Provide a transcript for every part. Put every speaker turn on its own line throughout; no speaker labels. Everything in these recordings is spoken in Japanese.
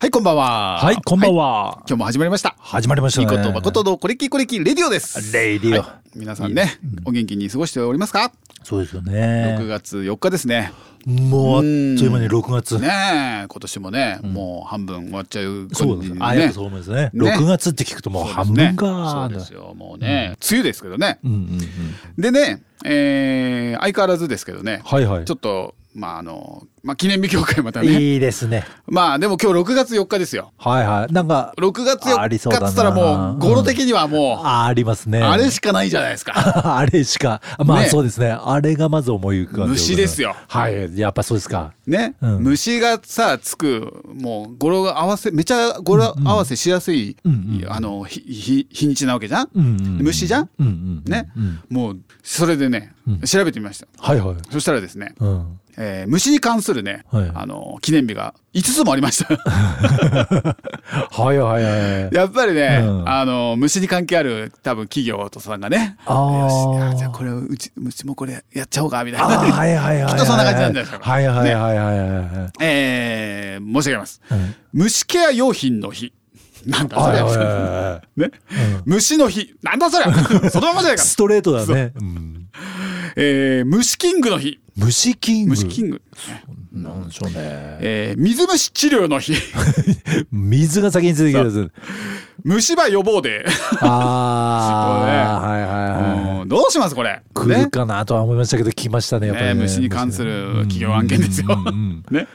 はい、こんばんは。
はい、こんばんは。
今日も始まりました。
始まりました
いい
ね。
ことまことのこれきこれきレディオです。
レディオ
はい皆さんね、お元気に過ごしておりますか
そうですよ
?6
ね。
月4日ですね。
もうあっという間に6月。
ねえ、今年もね、もう半分終わっちゃう
そう
感
で
じ
す
に。
あ、やっぱそう思います
ね
ね。6月って聞くともう半分か。
そうですよもうね、梅雨ですけどね
うんうんうん。
でね、えー相変わらずですけどね、
はいはい
ちょ。っとまああの、まあ、記念日協会またね
いいですね。
まあでも今日6月4日ですよ
はいはい。なんか、
6月4
あり
日
そ
っ
うだな
つったらもう語呂的にはも
あありますね。
うあれしかないじゃないですか
あれしか。まあ
ね
そうですね。あれがまず思い浮かんで。
虫ですよ
はい。やっぱそうですか。
ね、
うん
虫がさつくもう語呂が合わせめちゃ語呂合わせしやすい、
うんうん
あのひひ日にちなわけじゃん、
うんうんうん
虫じゃん、
うんうんうん。
ね、
うん
もうそれでね、
うん
調べてみました
はいはい。
そしたらですね、
うん。
えー虫に関するね、
はい
あの記念日が5つもありました
はいはいは い。
やっぱりね、
うん
あの虫に関係ある多分企業とさんがね
あー
よしあーじゃあこれうちうちもこれやっちゃおうかみたい
あーは
な、
いはいはいはい。
きっとそんな感じなんですよ
はいはいはいはいはいはい。
えー申し上げます、
うん
虫ケア用品の日なんだそ
はい
れ、
はいはいはい。
ね、虫の日なんだそ れそのままじゃないか、
ストレートだね。うん
えー虫キングの日
虫キング。
虫キング、
なんでしょうね。
えー水虫治療の 日
水が先に出てきたやつ。
虫歯予防デー、
ああ、はいはいはい。
うんどうしますこれ
来
ね
るかなとは思いましたけど、来ましたね、やっぱり
ね
ね。
虫に関する企業案件ですよ
うんうんうん。
ね、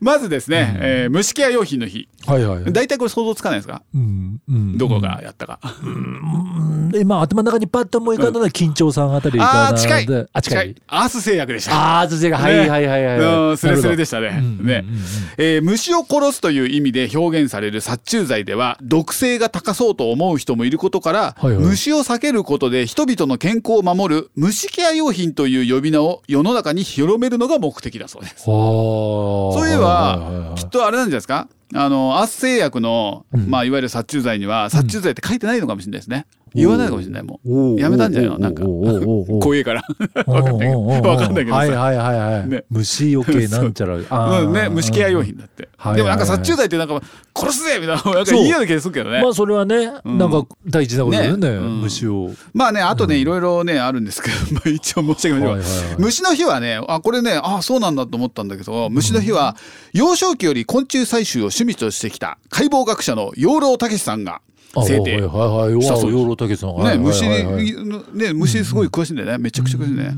まずですね、えー虫ケア用品の日
はいはいはい。
大体これ想像つかないですか、
うんうん
どこがやったか、
うん今、頭の中にパッと思い浮かんだのは、緊張さんあたり
あ
か
あ
な。
近い
であ、近い。
アース製薬でした
ああ、辻が、はいはいはいはい
ねう
は
ん
い。
スレスレで
し
したね。
うん
ね
うんうんうん
えー虫を殺すという意味で表現される殺虫剤では毒性が高そうと思う人もいることから、
はいはい
虫を避けることで人々の健康を守る虫ケア用品という呼び名を世の中に広めるのが目的だそうです。そういえばきっとあれなんじゃないですかあのアース製薬の、まあ、いわゆる殺虫剤には殺虫剤って書いてないのかもしれないですね。言わないのかもしれないも
お
う。
ー
やめたんじゃないのなんか
おーおーおーおー
怖えから
わ
わかんないけどわかんないけど
はい
さ。
はいはいはい。
ね
虫よけなんちゃら。 あー
うんね、虫ケア用。品だって、
はい
でもなんか殺虫剤ってなんか殺すぜみた いななんか
そう
いいような気がするけどね
まあそれはね、なんか大事なことだよね、
ねうん
虫を。
まあねあとね、いろいろねあるんですけど まあ一応申し上げましょう、
はいはいはい
虫の日はねあこれねあそうなんだと思ったんだけど虫の日は、幼少期より昆虫採集を趣味としてきた解剖学者の養老武さんが
あ
制
はい
定
はいはいはい。
したそうです
養老武さんが。
ね
はいはい
虫
はいはい
に ね虫すごい詳しいんだよねめちゃくちゃ詳しいんだよね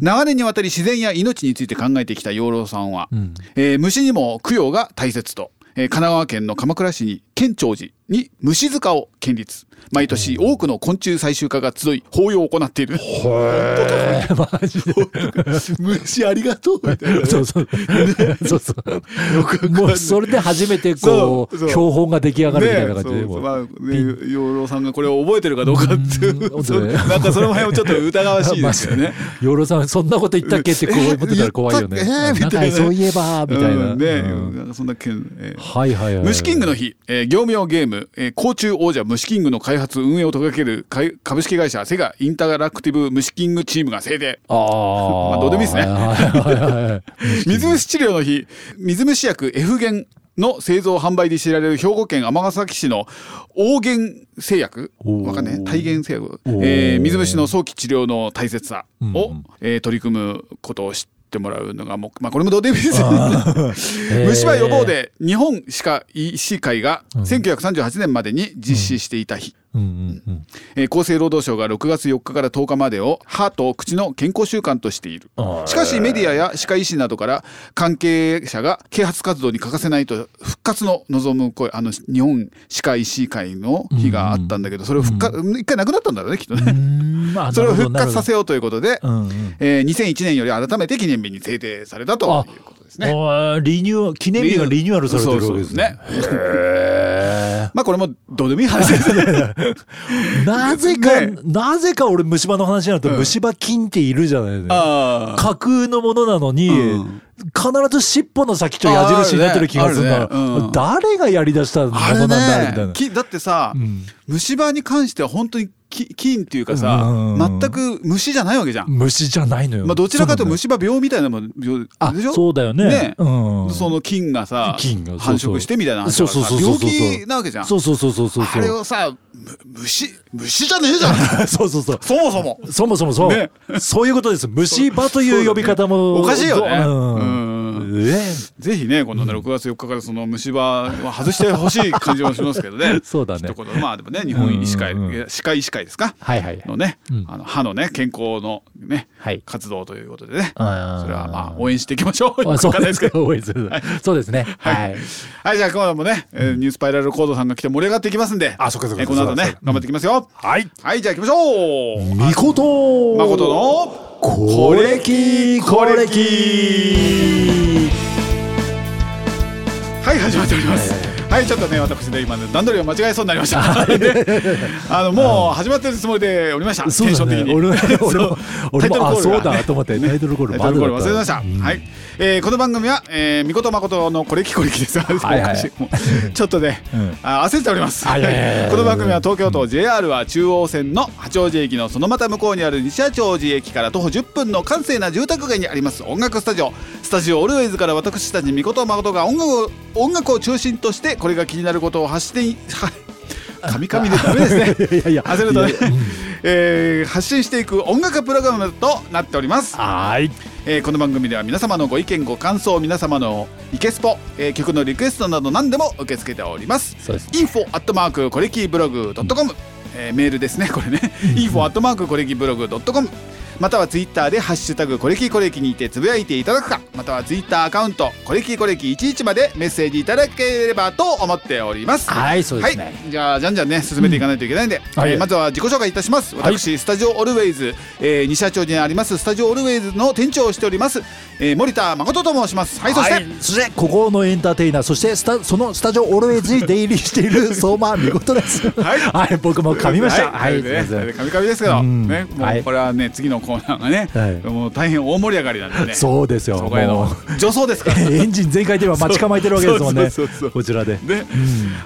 長年にわたり自然や命について考えてきた養老さんは、
ん
えー虫にも供養が大切と、えー神奈川県の鎌倉市に県庁寺に虫塚を建立毎年多くの昆虫採集家が集い法要を行ってい る
へーマジで。
虫ありがとうみたいな
そ うそう。そうそう。もうそれで初めてこ
そうそう
う、標本が出来上がるみたいな
ね
感じで。
そう
もう
まあね養老さんがこれを覚えてるかどうかっていう
う ん
そう
本当ね
なんかその辺をちょっと疑わしいです よね。
養老さん、そんなこと言ったっけってこう思ってたら怖いよね。
え言ったっけ
な
み
んか
たいな
そういえば、みたいな。
うんね、
うん
なんかそんな件、えー
はいはいはい。
虫キングの日、えー業務用ゲーム、えー、甲虫王者虫キングの開発運営を手掛けるかい株式会社セガインタラクティブ虫キングチームが制定
ああ。
まあどうでもいいっすね
はいはいはいはい。
水虫治療の日水虫薬 F 源の製造販売で知られる兵庫県尼崎市の大原製薬
おー
わかんない大原製薬、
おー
えー水虫の早期治療の大切さを、
うん
えー取り組むことを知ってもらうのがもう、まあ、これもどうでもいいですよね 虫歯予防で日本歯科医師会が1938年までに実施していた日、
うんうんうん。
えー厚生労働省が6月4日から10日までを歯と口の健康習慣としている
あー
しかしメディアや歯科医師などから関係者が啓発活動に欠かせないと復活の望む声あの日本歯科医師会の日があったんだけどそれを復活、一回なくなったんだろうねきっと
う
ね、
ーんま あ
それを
なる
復
ほど
活させようということで、
なるほどうんうん
えー2001年より改めて記念日に制定されたということですね。
あーリニューアル記念日がリニューアルされてるわけですね。
そうそうそうねまあこれもどうでもいい話です ね。
なぜか、
ね
なぜか俺虫歯の話になると虫歯菌っているじゃないですか。
あ
架空のものなのに、
うん
必ず尻尾の先と矢印になってる気がする
あ
な
るねあるねうん
誰がやりだしたものなんだみたい
れ
な
ね。きだってさ、
うん
虫歯に関しては本当にき菌っていうかさ、
うん
全く虫じゃないわけじゃん。
虫じゃないのよ。
まあ、どちらかというと
そう
虫歯病みたいなもん病
なんだ
でし
よ。
ょ
あ、そうだよ
ね
ね。うん。
その菌がさ
菌がそうそう
繁殖してみたいな話だからさ
そうそうそうそうそう
病気なわけじゃん
そうそうそうそうそう
あれをさむ虫虫じゃね えじゃん
そうそうそう。
そもそも
そもそもそう、
ね
そういうことです。虫歯という呼び方も。
おかしいよね
うん
う
え
ぜひねこのね6月4日からその虫歯は外してほしい感じもしますけどね
そうだね
一言まあでもね日本医師会
うんうん
歯科医師会ですか
はいはいはい
のね、
うん
あの歯のね健康のね、
はい
活動ということでねそれ
あー
はまあ応援していきましょう
あそうで
わ
す
かんない
か。多いですそうですね。はい。
はいじゃあ今日もね、えーニュースパイラルコードさんが来て盛り上がっていきますんで
あそっかそっか
えーこの後
そう
ね
だ
頑張っていきますよ、
はい。
はいじゃあ行きましょう
みこと
誠の
コレキコレキ
はい始まっておりますはいちょっとね私ね今ね段取りを間違えそうになりましたで あのもう始まってるつもりでおりましたテンシ
そ
ョ
うだ
ン的
ね。
に
俺も俺
そう
も俺もあ
タイトルコール
そう
がね
だと思ってタイトルコール
タイトルコール忘れてまし
だ
た。はい。えーこの番組は、えー、みことまことのこれきこれきです。
いはい
おかしいもうちょっとね、
うん
あー焦っております。
はいはいはいはい
この番組は東京都 JR は中央線の八王子駅のそのまた向こうにある西八王子駅から徒歩10分の閑静な住宅街にあります音楽スタジオ。スタジオオルウェイズから私たちみことまことが音楽を音楽を中心としてこれが気になることを発してい噛み噛みでダメですね。
いやいや
焦るとね、えー発信していく音楽プログラムとなっております。
はい。
えーこの番組では皆様のご意見ご感想皆様のイケスポ、えー曲のリクエストなど何でも受け付けております
そうです。
インフォアットマークコレキブログドットコムえーメールですねこれねインフォアットマークコレキブログドットコムまたはツイッターで「ハッシュタグコレキコレキ」にてつぶやいていただくかまたはツイッターアカウント「コレキコレキ11」までメッセージいただければと思っております
はいそうですね
はい、じゃあじゃんじゃんね進めていかないといけないんで、
はい
えーまずは自己紹介いたします私、スタジオオルウェイズ、えー、西社長にありますスタジオオルウェイズの店長をしております、えー、森田誠と申しますはいそして、
そしてここのエンターテイナーそしてスタそのスタジオオルエイズに出入りしてい る相馬見事です
はい
僕も噛みました
は、
はいい、
ね、
すいません
噛み噛みですけど、
うん
ね、も
は
う
い
これはね、次のコーナーがね、
はい
もう大変大盛り上がりなんでね。
そうですよ
そこへの
も
助走ですから。
う エンジン全開で今待ち構えてるわけですもんね
そうそうそうそう
こちらで
ね、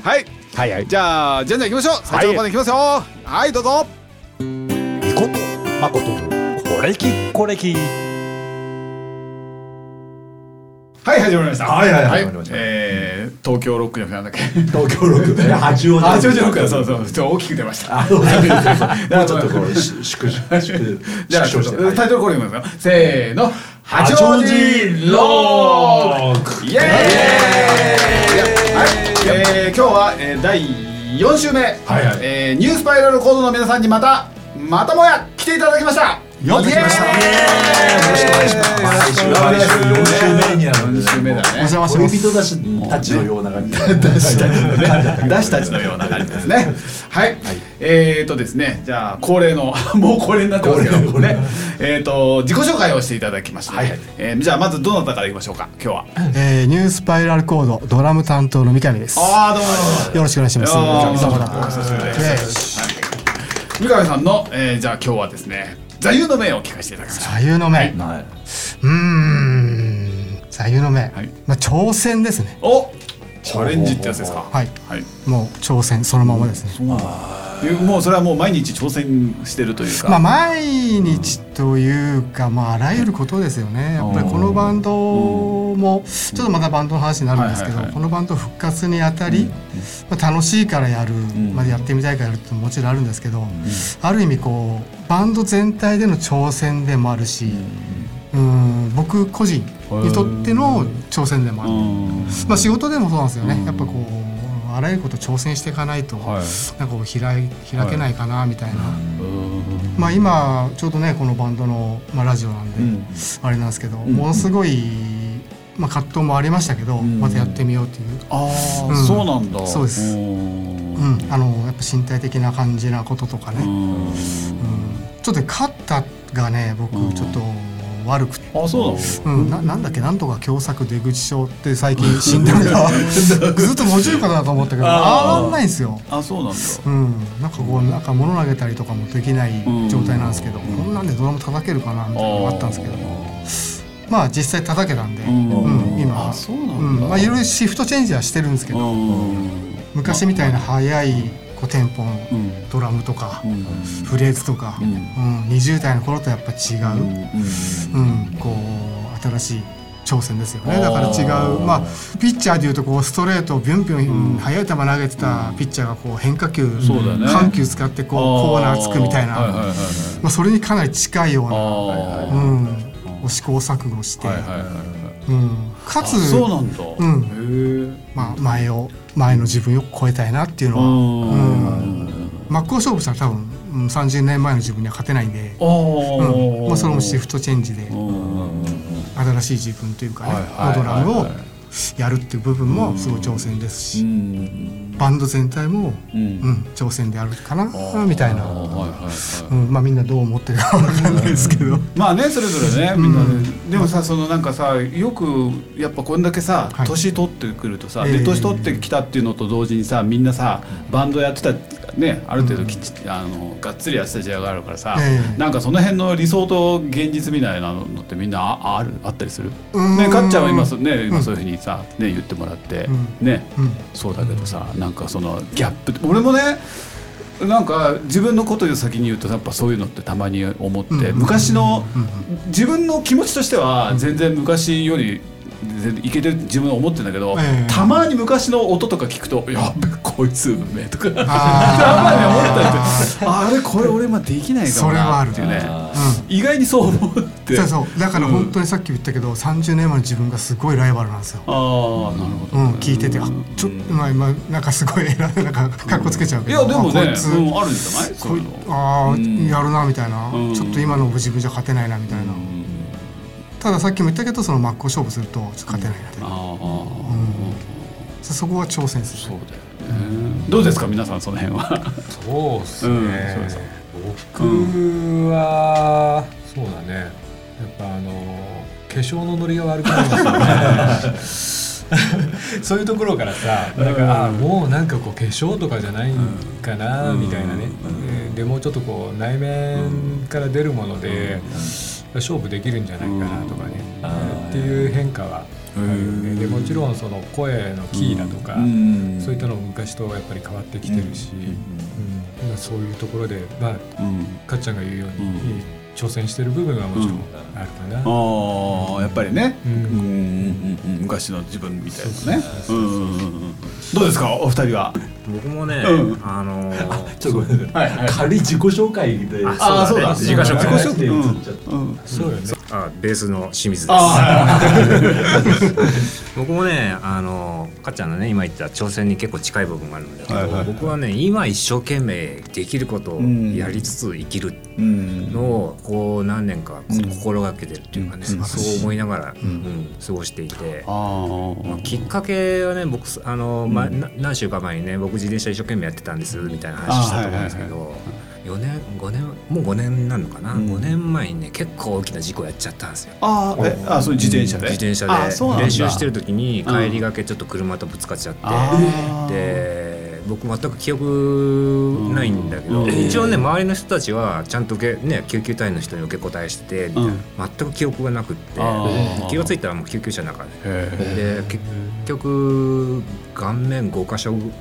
はい、
はいはい
じゃあ、じゃんじゃん行きましょう。最初のコーナー行きますよ。はい、どうぞ。
みことまことこれきこれき
はい、始まりました。
はいはいはい
は
始まりました
えー東京ロックじゃなんだっけ。
東京六部八王子
あ、違う違う違う、そうそう、ちょっと大きく出ました。
あそうそうそうもうちょっとこ
う。
うし縮小縮
じゃあ、
縮
ちょっ
小して
とタイトルコールいきますよ。せーの、八王子ロック。
ク
イエーイはい、えー、今日は、えー、第4週目、
はいはい
えーニュースパイラルコードの皆さんにまたまたもや来ていただきました
やってきました
イエーイ
よろしくお願いします
よろしくお願いします
毎週毎週4週目になるんです
4週目だね
恋人たちたちのような感じ確かに
私たちのような感じですね。はい、えーとですね、じゃあ恒例の もう恒例になってますけど
恒例
ね。えーと自己紹介をしていただきました、
はいはい
えーじゃあまずどなたからいきましょうか。今日は。
えー、ニュースパイラルコードドラム担当の三上です。よ
ああどうもどうも。
ろしくお願いします。
あー
三上さんだ
お久しぶりです
イエーイ
三上さんの、えーじゃあ今日はですね、座右の銘を聞かせていただきました。
座右の銘。う
はい
ーん。座右の銘。
い
まあ挑戦ですね。
お、チャレンジってやつですか。
はい。
はい。
もう挑戦そのままですね。
いうもうそれはもう毎日挑戦してるというか。
まあ毎日というかまああらゆることですよね。やっぱりこのバンドもちょっとまたバンドの話になるんですけ
はいはい
ど
はい、
このバンド復活にあたり、まあ楽しいからやる、まあやってみたいからやるってももちろんあるんですけど、ある意味こうバンド全体での挑戦でもあるし、うん僕個人にとっての挑戦でもある。
うん
まあ仕事でもそうなんですよね。やっぱこうあらゆること挑戦していかないと、
はい
なんかこう開い開けないかなみたいな。まあ今ちょうどねこのバンドのまあラジオなんで、
うん
あれなんですけど、ものすごいまあ葛藤もありましたけど、
ん
またやってみようっていう。
ああ、
うん
そうなんだ。
そうです
うん
うん、あのやっぱ身体的な感じなこととかね、ちょっと肩がね僕ちょっと悪くて、
あ、そうなの。
うん、ななんだっけなんとか狭窄出口症って最 近診断がずっと五十肩だと思ったけど
あー
上がんないんですよ。
あ、そうなんだ。
うん、なんかこうなんか物投げたりとかもできない状態なんですけど、こんなんでドラム叩けるかなみたいなのがあったんですけどまあ実際叩けたんで、うん今
あそうなん
うんまあいろいろシフトチェンジはしてるんですけど
うん
昔みたいな速いこうテンポの
うん
ドラムとか、
うん
フレーズとか、
う
うんん20代の頃とやっぱ違
うん
う、うんこう新しい挑戦ですよねだから違
あー
うまあピッチャーでいうとこうストレートをビュンビュ
うん
ン速い球投げてたピッチャーがこう変化球、
そうだね
緩急使ってこうコーナーつくみたいな、
はいはいはいはい
まあ、それにかなり近いよう
あ
な、
あ
う
は
ん、を試行錯誤して、
いはいはいはい
うん、か
あ
つ
そうなんだ
ん
へえ
まあ、前を前の自分を超えたいなっていうの
う
は、
ん
真っ向勝負したら多分うん30年前の自分には勝てないんで、
あー
うんまあ、それもシフトチェンジで
うんうんうん
新しい自分というかね、
はいはい
のドラム
は
を
いはい
やるっていう部分もすごい挑戦ですし、
うん
バンド全体も、
う
うんん、挑戦であるかな
あー
みたいな、
はいはいはい
うんまあ、みんなどう思ってるかわかんないですけど。
まあねそれぞれねみんなででもさそのなんかさよくやっぱこんだけさ
はい
年取ってくるとさ
え
で
え
年取ってきたっていうのと同時にさみんなさバンドやってたねある程度きっちあのがっつりやってた時代があるからさ
ええ
なんかその辺の理想と現実みたいなのってみんなああるあったりする
うーん
ねかっちゃんは今そね今そういうふうにさね言ってもらって
う
ね
うん
そうだけどさなんかそのギャップ俺もねなんか自分のことより先に言うとやっぱそういうのってたまに思って、
うん
昔の、
うん
自分の気持ちとしては全然昔より全然いけてるって自分は思ってんだけど、
ええ
たまに昔の音とか聞くと「やっべこいつ運命」とか。やばいね思 ったり
あ
してあれこれ俺今できないかも
それは
な
あ
っ
る
ていうね
あ
ーうん
意外にそう思って
そう
あ
そうだから本当にさっき言ったけど、30年前の自分がすごいライバルなんですよ。
あーなるほど、
うん、聞いてて、あちょっと、まあ、今、なんかすごい、なんか、かっこつけちゃう
い
けど。
やでもね
あこいつ、
うんあるんじゃないそ
こ
うい
いう
の
ああ、
うん
やるなみたいな、
うん
ちょっと今の自分じゃ勝てないなみたいな。
うん
ただ、さっきも言ったけど、その真っ向勝負すると、ちょっと勝てないなみたいな、
ああ、
そこは挑戦す
そう
る。
だよね。どうですか皆さんその辺は。
そうですね、
うんそうそう
僕は、そうだねやっぱあの化粧のノリが悪くなりますよね そういうところからさなんか、あもうなんかこう化粧とかじゃないかな、みたいなね、うんでもうちょっとこう内面から出るもので、勝負できるんじゃないかなとかね、っていう変化はあるよね、でもちろんその声のキーだとか、
ん
そういったのも昔とやっぱり変わってきてるし、うんまあそういうところで、まあ、
うん。
かっちゃんが言うように、
う
挑戦してる部分はもちろ
うん
んあるか
あ
な。
あやっぱりね。う
うんん
うんうん昔の自分みたいなね。うんうんうんうん。どうですかお二人は。
僕もね、
うん
あのー、
ちょっとごめんなさい
はいはい。
軽い自己紹介で
あ
ああそ
そううだ
だ
ね
自己
自己紹
紹
介
介。うんうん。
そうよね
あベースの清水です
あ
僕もねあのかっちゃんのね今言った挑戦に結構近い部分があるんだけど、
はいはいはい
僕はね今一生懸命できることをやりつつ生きる
あ。うん。
のをこう何年かこ
うん
心がけてるっていうかね、
うん
そう思いながら、うん過ごしていて。
あ
まあ
ー
きっかけはね僕あの、まな何週間前にね僕自転車一生懸命やってたんですみたいな話したと思うんですけ
あ
ど4年5年もう5年なのかな、
うん
5年前にね結構大きな事故やっちゃったんですよ。
あーえあそう自転車で。
自転車
あそうなん
で
だ
練習してる時に帰りがけちょっと車とぶつかっちゃって、
あー。
で僕全く記憶ないんだけど、
うん
一応ね周りの人たちはちゃんとけ、ね、救急隊員の人に受け答えしてて、みたいな全く記憶がなくって
あー
気が付いたらもう救急車の中で。
へ
で結局顔面5箇所骨折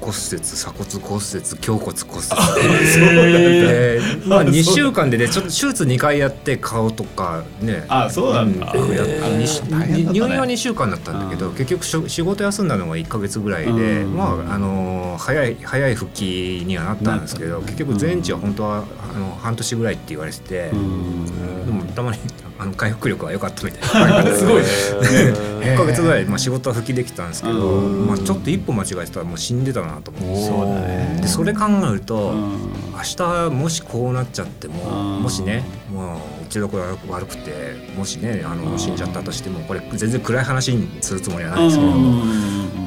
鎖骨骨折胸骨骨折で、まあ、2週間でねちょっと手術2回やって顔とかね
あそうなんだ
うんやって
へー
にし
大変だったね
入院は2週間だったんだけど結局しょ仕事休んだのが1か月ぐらいで、
うん
まああのー早い早い復帰にはなったんですけど結局全治は本当はあの半年ぐらいって言われてて、
え。うん。
でもたまにあの回復力は良かったみたいなすごい1か月ぐらい、まあ、仕事は復帰できたんですけど、
うん
まあ、ちょっと一歩間違えてたらもう死んでたなと思って
そうだね
でそれ考えると、
うん
明日もしこうなっちゃっても、
うん
もしねもう一度これ悪くてもしねあ
う
の
ん
死んじゃったとしてもこれ全然暗い話にするつもりはないんですけ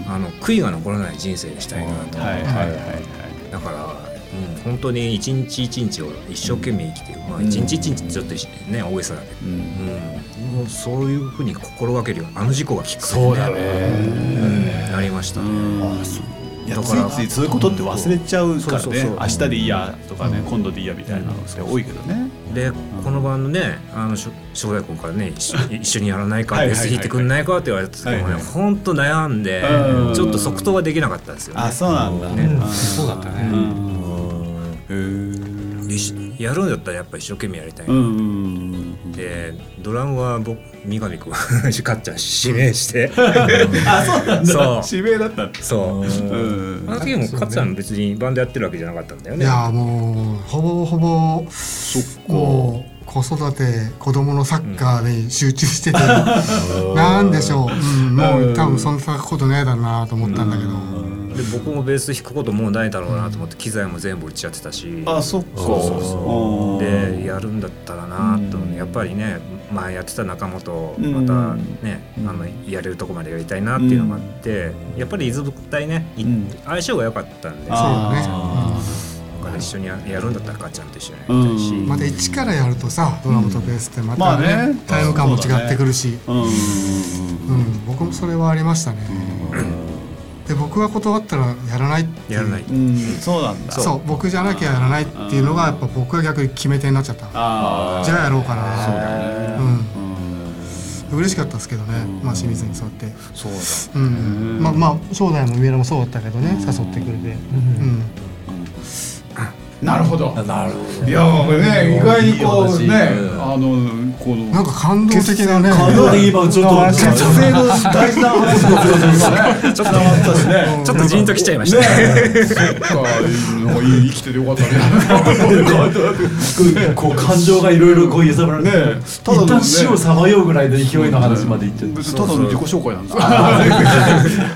ど、あの悔いが残らない人生にしたいなと、
はいはいはいはい。
だから。うん、本当に一日一日を一生懸命生きてる、まあ、一日一日ちょっとね大げさだけど
うん
うん、もうそういうふうに心がけるよあの事故がきっかけ
そうだね
うんなりましたね、
いや
だ
つ
から
いついそういうことって忘れちゃうから
そうそう
ね
そう
明日でいいやとかね、今度でいいやみたいなのって多いけどね、
でこの晩のねあのしょ正太君からね 一緒一緒にやらないか
はい
ベ
は
ー
いはい
ス弾いてくんないかって言われた時もね、
はいはい
本当悩んで
うん
ちょっと即答はできなかったんですよ、ね、
あそうなんだ、
ね
そうだったね、
うん
一緒やるんだったらやっぱ一生懸命やりたい、
うんうんうん
でドラムは僕三上君かっちゃん指名して
あそうなん
そ
だ
う
指名だったんです
そ
う
う
ん
あの時もかっちゃん別にバンドやってるわけじゃなかったんだよ
い
ね
やもうほぼほぼ
そっか
もう子育て子供のサッカーに集中してて、 なんでしょう、うんもう多分そんなことないだろうなと思ったんだけど、
で僕もベース弾くこともうないだろうなと思って機材も全部売っちゃってたし
あそっか
そうそうそう
うん
でやるんだったらなと思ってやっぱりね前やってた仲間と
うん
またねあのやれるとこまでやりたいなっていうのがあってやっぱり伊豆物体ねい
うん
相性が良かったんで
そう
あ
だ
だね
あ
から一緒にややるんだったらかっちゃんと一緒にやりたい
う
し
ん
また一からやるとさドラムとベースってま
ま
たね,、
あね
タイム感も違ってくるし、
うんうん
うん僕もそれはありましたね、で僕が断ったらやらないっていう
やらない
うんうんそうなんだ
そう僕じゃなきゃやらないっていうのがやっぱ僕が逆に決め手になっちゃった
あ
じゃあやろうかな
そうだね
うん、嬉しかったですけどね、まあ、清水にそうやって、
そうだ
うんまあまあ正代も三浦もそうだったけどね誘ってくれて、うん
なるほど
なるほど
いやもうね意外にこう
いい
ね
話
あのこの
なんか感動的なね
感動的今ちょっと
血
性の大事な話のことですね
ちょっとちょっとジーンときちゃいました
そっかなんかいい生きててよかったね
こう感情がいろいろこう揺さぶられて、
ね
一旦死をさまようぐらいの勢いの話までいっちゃって、
ただの自己紹介なんです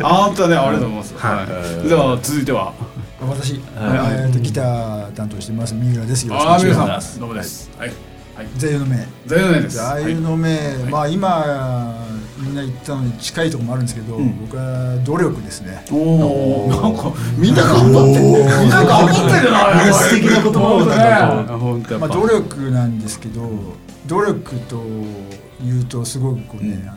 ああったねありがとうございますはいでは続いては
私、
はい
えーとギター担当してます三浦ですよろしくお
あ
願
ー
いし
皆
ま
さ
す
んどうもですはいはい
座右の銘
座右の銘です
座右の銘、まあ今みんな言ったのに近いところもあるんですけど、僕は努力ですね
おおなんかみんな頑張ってるみんな頑張ってるな
素敵な言葉をなんかこ
本当やっ
ま
ぱ
あ、努力なんですけど努力というとすごくこうね、あの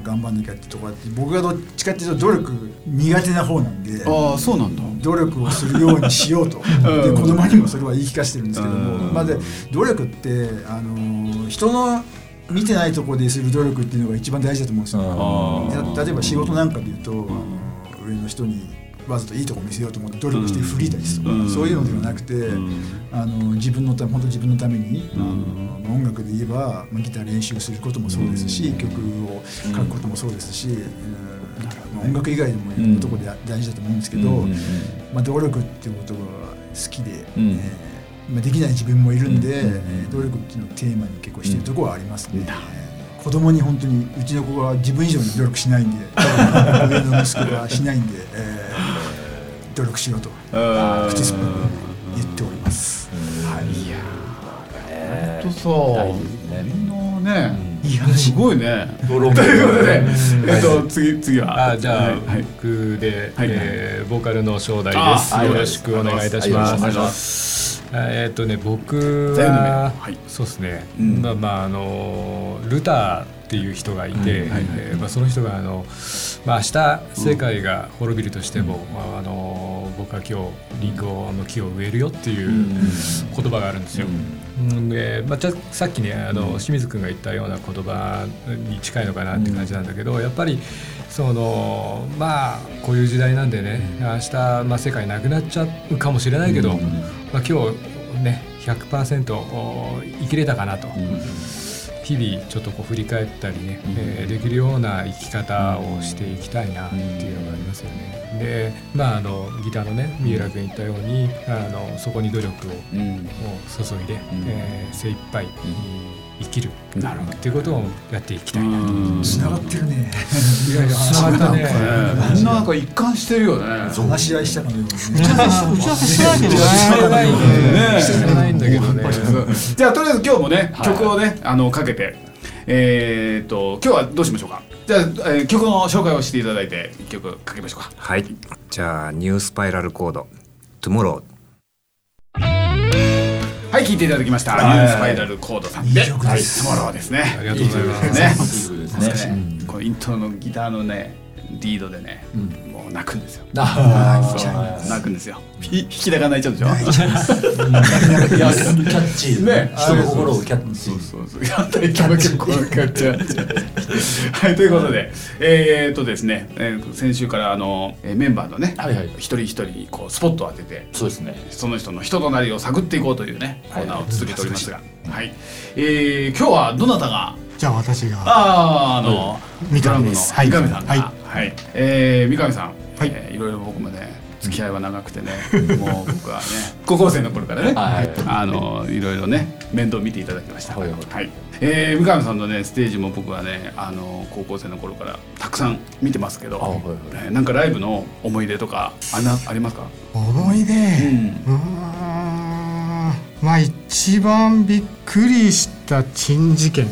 まあ、頑張んなきゃってとこあって僕がどっちかっていうと努力苦手な方なんで
ああそうなんだ
努力をするようにしようと、
うん
で子供にもそれは言い聞かせてるんですけども、
うん
まあ、で努力ってあの人の見てないところでする努力っていうのが一番大事だと思うんですよ。
あ
た例えば仕事なんかで言うと、あの上の人にわざといいとこ見せようと思って努力してフリーダイスとか、
うん
そういうのではなくて、あの自分のため本当自分のために、あの音楽で言えば、まあ、ギター練習することもそうですし、曲を書くこともそうですし、うんまあ音楽以外でもいろんなところで大事だと思うんですけど、まあ、努力っていうことが好きで、
ん
えーまあ、できない自分もいるんで、えー努力っていうのをテーマに結構してるところはありますね。子供に本当にうちの子が自分以上に努力しないんで上の息子がしないんで、えー努力しろと
あ
口酸っぱく言っております。はい
とさみんなね
いい
す
話
ごいねということでえっと次次は
あじゃあ
はい
僕で、
はい
えーボーカルの正代
あ
です。
はい
よろしくお願いいたし
はいお願いしま
ます。あえーっとね僕
座右の銘
は、
はい
そうですね。
うん
まあまああのルターっていう人がいて、
うんはいはい
えーまあその人があのまあ明日世界が滅びるとしても、まああの僕は今日リンゴあの木を植えるよっていう言葉があるんですよ。うんでまあ、ちょさっきねあの清水君が言ったような言葉に近いのかなって感じなんだけど、やっぱりそのまあこういう時代なんでね明日、まあ、世界なくなっちゃうかもしれないけど、まあ、今日ね100%お生きれたかなと。日々ちょっとこう振り返ったりね、えーできるような生き方をしていきたいなっていうのがありますよね。でまああのギターのね三浦君言ったようにあのそこに努力をを注いで、えー精一杯、生きるなるっていうことをやっていきたいなと。
繋がってるね。
いやいやつながったね。
みんななんか一貫してるよね
話し合いしたかのようにね。
打ち合わせしてないけどね
してない
ね
してないんだけどね。
じゃあとりあえず今日もね曲をねあのかけてえーっと今日はどうしましょうかじゃあえー曲の紹介をしていただいて一曲かけましょうか
はいじゃあニュースパイラルコード「トゥモロー」
はい聴いていただきましたニュースパイラルコードさんで「トゥモロー」ですね
ありがとうございます。
ね。このイントロのギターのね、リードでね、もうう泣くんですよ。
あ
泣いちゃいます
泣くんですよ。ひ引きながら泣いちゃうでしょ。
泣いちゃいます
ーいやキャッチーだね
ね
人の心をキャッチ
そう
ー
そうそう。やったりキャッチコはいということで、えー、っとですね、えー先週からあのえーメンバーのね、
はいはい
一人一人にこうスポットを当てて。
そうですね
その人の人となりを探っていこうというねコ
はい
ーナーを続けておりますが、はい、えー、今日はどなたが
じゃあ私が
あーあの、
三上
ドラムの
ですは
三
い
上さんが、は
はいい
えー三上さん、
はい
えーいろいろ僕もね付き合いは長くてね、もう僕はね高校生の頃からね、
はい
あのいろいろね面倒見ていただきました、
は
はいい
はい
えー三上さんのねステージも僕はねあの高校生の頃からたくさん見てますけど、
あはいはい
えーなんかライブの思い出とかあなありますか、
思い出
ん
うーんまあ一番びっくりした珍事件っ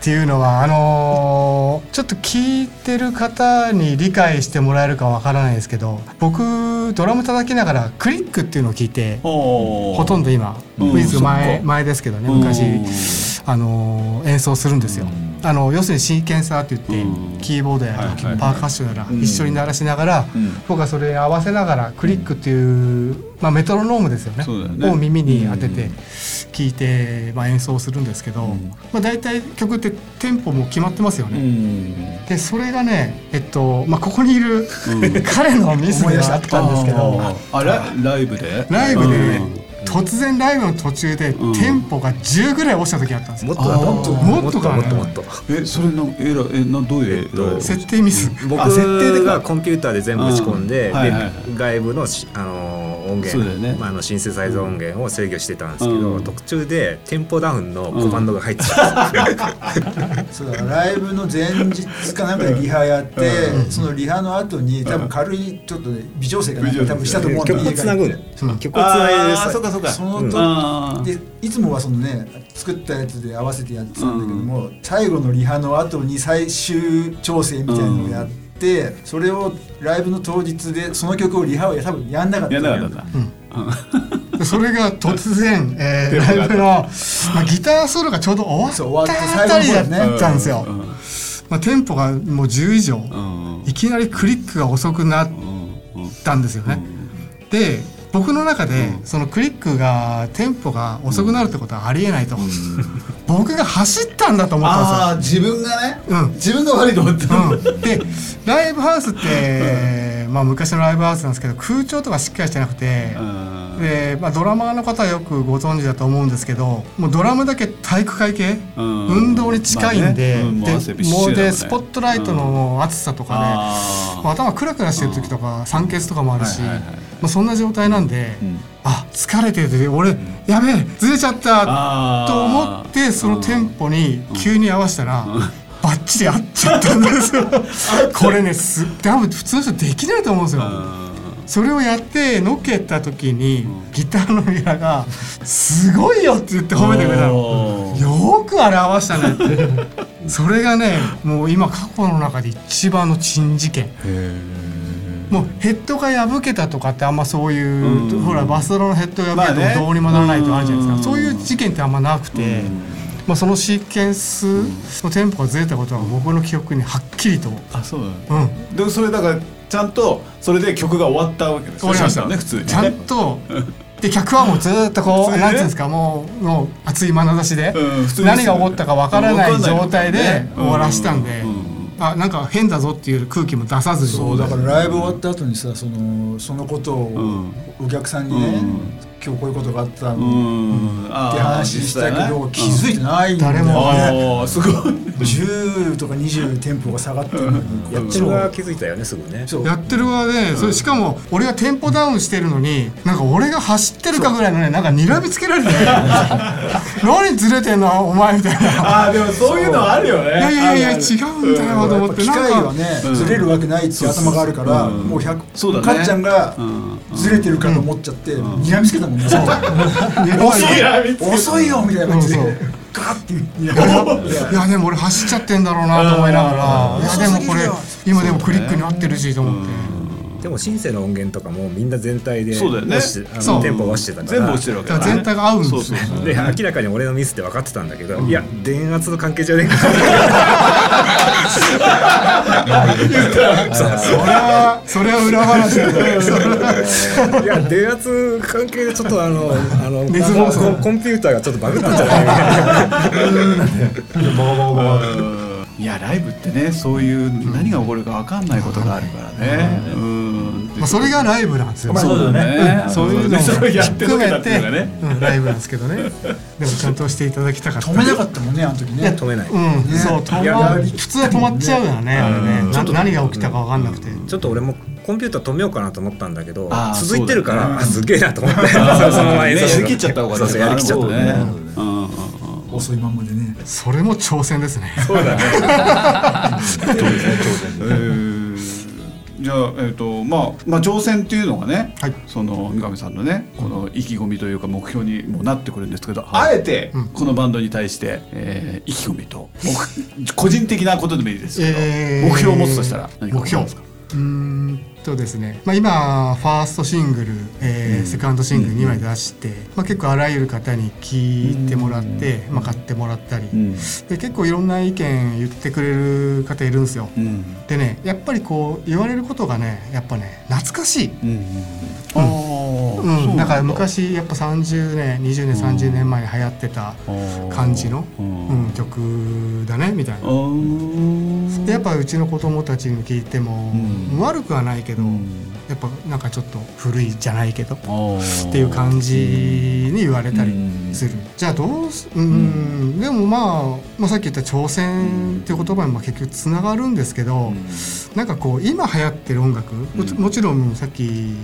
ていうのはあのーちょっと聞いてる方に理解してもらえるかわからないですけど僕ドラム叩きながらクリックっていうのを聞いてほ
ほ
と
ん
んど今ウ
うん
ィズ前
そっか
前ですけどね
うん
昔あの演奏するんですよ。あの要するにシーケンサーって言
う
っ
ん
てキーボードや
はい
ら
はいはい
パーカッションやら
うん
一緒に鳴らしながら
うん
僕はそれに合わせながらクリックっていうまあメトロノームですよね
そうだよね
を耳に当てて聴いてまあ演奏するんですけど
ん
まあ大体曲ってテンポも決まってますよ
う
ね。
ん
でそれがねえっとまあここにいる
うん
彼のミスがあったんですけど。
あラライブで
ライブでね、
うん
突然ライブの途中で
うん
テンポが10ぐらい落ちた時あったんです
も
よ
っとだ
あー
もっと
もっとか
もっともっともっと
えそれのえらえなどういう、
えっと
設定ミス、
僕
あ設定でか
がコンピューターで全部打ち込んで,、
うんはいはいはい
で外部のし、あのー音
そうだよ
源、
ね
まあ、あのシンセサイザー音源を制御してたんですけど、
うん
特注でテンポダウンのコマンドが入ってたんですよ、
そうだライブの前日かなんかでリハやって、そのリハの後に多分軽いちょっとね微調整かなんか多分したと思うんだ
曲をつなぐ
家
の
帰って
曲をつない
あ
で
あ
さ
そうかそうか
その時、
あー
でいつもはそのね作ったやつで合わせてやってたんだけども、最後のリハの後に最終調整みたいなのをやって、それをライブの当日でその曲をリハを多分やんなかった
や
ん
ん
だ
な
よ
かったんだ
でそれが突然、えー
テンポが
ライブの、まあ、ギターソロがちょうど終
そう
わっ
終わって
たあたりだ
最後の方ね
ったんですよ、
うんうん
まあ、テンポがもう10以上、
うん
いきなりクリックが遅くなっ
うんうん
たんですよね、で僕の中で、そのクリックがテンポが遅くなるってことはありえないと、僕が走ったんだと思ったんですよ
ああ自分がね、
うん
自分が悪いと思ってた、
うん、でライブハウスって、まあ、昔のライブハウスなんですけど空調とかしっかりしてなくて、
うん
でまあ、ドラマーの方はよくご存知だと思うんですけどもうドラムだけ体育会系、
うん
運動に近いんで,、
まあねうんもう汗び
で
っしりだ
も
もん
う
ね
でスポットライトの暑さとかね、
あ
まあ頭クラクラしてる時とか、酸欠とかもあるし、
はいはいはい
まあ、そんな状態なんで、
ん
あ疲れてる俺、やべえずれちゃった
あー
と思ってそのテンポに急に合わせたら、バッチリ合っちゃったんですよこれねす多分普通の人できないと思うんですよ。それをやってのけた時に、ギターのミラが「すごいよ!」って言って褒めてくれたの
おー
よく表したね ってそれがねもう今過去の中で一番の珍事件もうヘッドが破けたとかってあんまそういう、
うん
ほらバスロのヘッドが破けて
まあね
もどうにもならないとかあるじゃないですか、
うん
そういう事件ってあんまなくて、まあ、そのシーケンスのテンポがずれたことは僕の記憶にはっきりと、
あそうだね
うん、
でもそれだからちゃんとそれで曲が終わったわけです
終わりました
ね普通にね
ちゃんとで客はもうずーっとこ
普通に
う、
ね
なんていうんですかもうもう熱い眼差しで、
うん普通に
何が起こったかわからない状態
わかんない
で
ね
終わらしたんで、
うんうんうん
あなんか変だぞっていう空気も出さずに
そうだからライブ終わった後にさそのそのことをお客さんにね、
うん
今日こういうことがあった
う
の
ん
っ
って
話したけど、気づいてないんだ
誰も
よね
ああすごい
10とか20テンポが下がってるのにや
や
っ
ってて
る
る
側
側
が
は気づいたよねすぐね
そう
やってる側で、それしかも俺がテンポダウンしてるのになんか俺が走ってるかぐらいのねなんか睨みつけられて何ずれてんのお前みたいな。
ああでもそういうのあるよね
いやいやいや
あ
違
るある
うんだよと思って
機
なん
械
か
はねずれるわけないっていう頭があるから、
うん
もう100
そうだね
かっちゃんが
ん
ずれてるかと思っちゃって、にらみつけたもん ね、
遅いなみたいな
遅いよみたいな感じで、
そうそう
ガーってにらみつ
い
け
やでも俺走っちゃってんだろうなと思いながら
うん
いやでもこれ
そう
今でもクリックに合ってるしと思って
でもシンセの音源とかもみんな全体で
そうだよね
押してあ
そ
の
う
テンポを押してたから
全部落ちてるわけ
だから全体が合うんですよ
で明らかに俺のミスって分かってたんだけど、いや電圧の関係じゃねえか
はそれは裏話だね
いや電圧関係でちょっとあのあの
熱暴走
コンコンピューターがちょっとバグったんじゃないか
いやライブってねそういう何が起こるか分かんないことがあるからねうん
まあそれがライブなんですよ
そうだね
そういうのも
そうやっての
含
けた
め
ってい
て
うのがね
うんライブなんですけどねでもちゃんとしていただきたかった
止めなかったもんねあの時ね
止めない
うん、そう止ま
やり
普通は止まっちゃうよねあれねな何が起きたか分かんなくて
ちょっと俺もコンピューター止めようかなと思ったんだけど
あー
続いてるから、
そうだね
あすげえなと思っ てそのその前に
ねやりきっちゃった方が
そうそうやりきっちゃった
そうだねうんうん
遅いまんまでね
それも挑戦ですね
うんじゃあえっ、とまあまあ挑戦っていうのがね、
はい
その三上さんのねこの意気込みというか目標にもなってくるんですけど、あえて
うん
このバンドに対して、えー意気込みと目個人的なことでもいいですけど、
えー
目標を持つとしたら何か
目標
ございますか
うーんとですね、まあ、今ファーストシングル、えーセカンドシングル2枚出して、まあ、結構あらゆる方に聞いてもらって、まあ、買ってもらったり、
うん
で結構いろんな意見言ってくれる方いるんですよ。
うん
でねやっぱりこう言われることがねやっぱね懐かしい、
うんうんあー
うん
そう
だから
んだ
昔やっぱ30年20年30年前に流行ってた感じの、
う
うんん、曲だねみたいな
あ。ー
でやっぱうちの子供たちに聞いても、
うん
悪くはないけど、
うん
やっぱなんかちょっと古いじゃないけどっ
あー
ていう感じに言われたりする、じゃあどうすうん、でも、まあ、まあさっき言った挑戦っていう言葉にも結局つながるんですけど、なんかこう今流行ってる音楽、もちもちろんさっき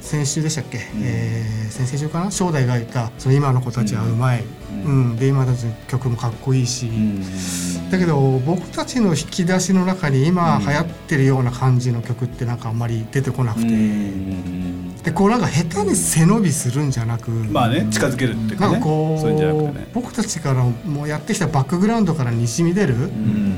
先週でしたっけ、えー先々週かな正代が言ったその今の子たちはうまい、うんで今たちの曲もかっこいいし。だけど僕たちの引き出しの中に今流行ってるような感じの曲ってなんかあんまり出てこなくて、でこうなんか下手に背伸びするんじゃなく、
まあね近づけるっていうか
なん
ね
かこう
そういうんじゃなくてね
僕たちからもうやってきたバックグラウンドからにじみ出る、うん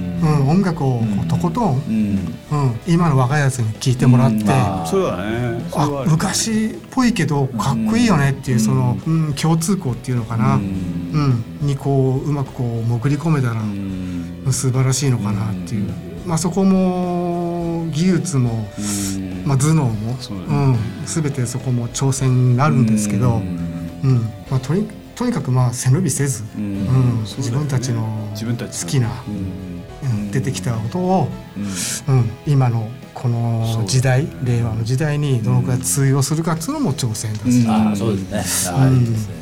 音楽をこうとことん、
うん
うん、今の若いやつに聴いてもらって。
まあそうだねそれは
あ
ある
昔っぽいけどかっこいいよねっていうその、うん、共通項っていうのかな、うん、にこううまくこう潜り込めたら素晴らしいのかなっていう、まあ、そこも技術も、まあ、頭脳も、
そうだ
うん、全てそこも挑戦になるんですけど、うんまあ、とにとにかくまあ背伸びせず、
う
うん
んそうだ
自
よね
分たちの
自分たちの
好きな、
うん
うん出てきたことを、うん、今のこの時代、令和の時代にどのくらい通用するかっていうのも挑戦だし、
ああそうですね。
う
はい
ん
いですね。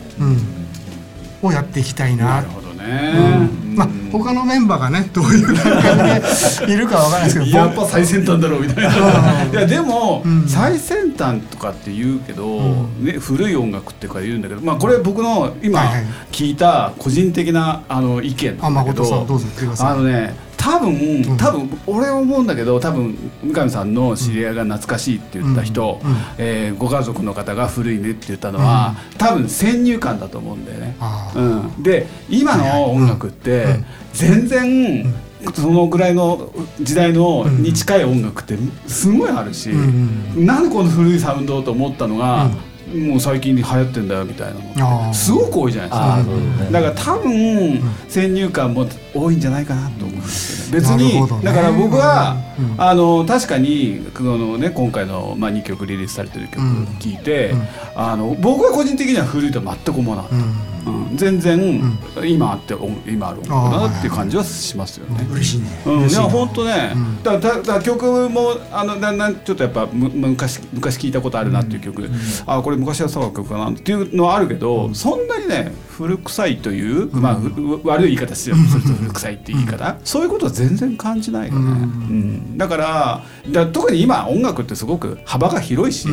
うん、をやっていきたいな
な
っ
る
て
ほど
う
ね
んまあ他のメンバーがねどういう段階でいるかは分からないですけど
やっ
ぼ
ぱ最先端だろうみたいな。いやでも、
うん
最先端とかって言うけど、
うん
ね古い音楽っていうか言うんだけど、まあこれ僕の今
はいはい
聞いた個人的なあの意見な
あ
んだけ
誠さんど
ど
うぞ言ってくだ
あ
さ
のね多
う
分
ん
多分俺思うんだけど多分三上さんの知り合いが懐かしいって言った人、
うんうん
えーご家族の方が古いねって言ったのは、多分先入観だと思うんだよね。
あー
うん、で今の音楽って
うん
全然、そのぐらいの時代の
ん
に近い音楽ってすごいあるし、
い。うん
なんでこの古いサウンドと思ったのが、もう最近流行ってんだよみたいなのって
あー
すごく多いじゃないですか。
ああそうですね。
だから多分先入観も多いんじゃないかなと思うんですよね。別
なるほ
に、
どね
だから僕は、
うん
あの確かにこのね今回のまあ2曲リリースされてる曲
うん
聞いて、
うん
あの僕は個人的には古いとは全く思わなかった。
うん
うん全然今あって音今ある音楽だなっていう感じはしますよね。
嬉しいね
うん、いや
な
本当ね、
うん
だだだ曲もあのななちょっとやっぱむ昔昔聞いたことあるなっていう曲、あこれ昔はそう曲かなっていうのはあるけど、そんなにね古臭いという、まあふ悪い言い方してるそれと古臭いっていう言い方、そういうことは全然感じないよね、
うん
うんだからだ特に今音楽ってすごく幅が広いし、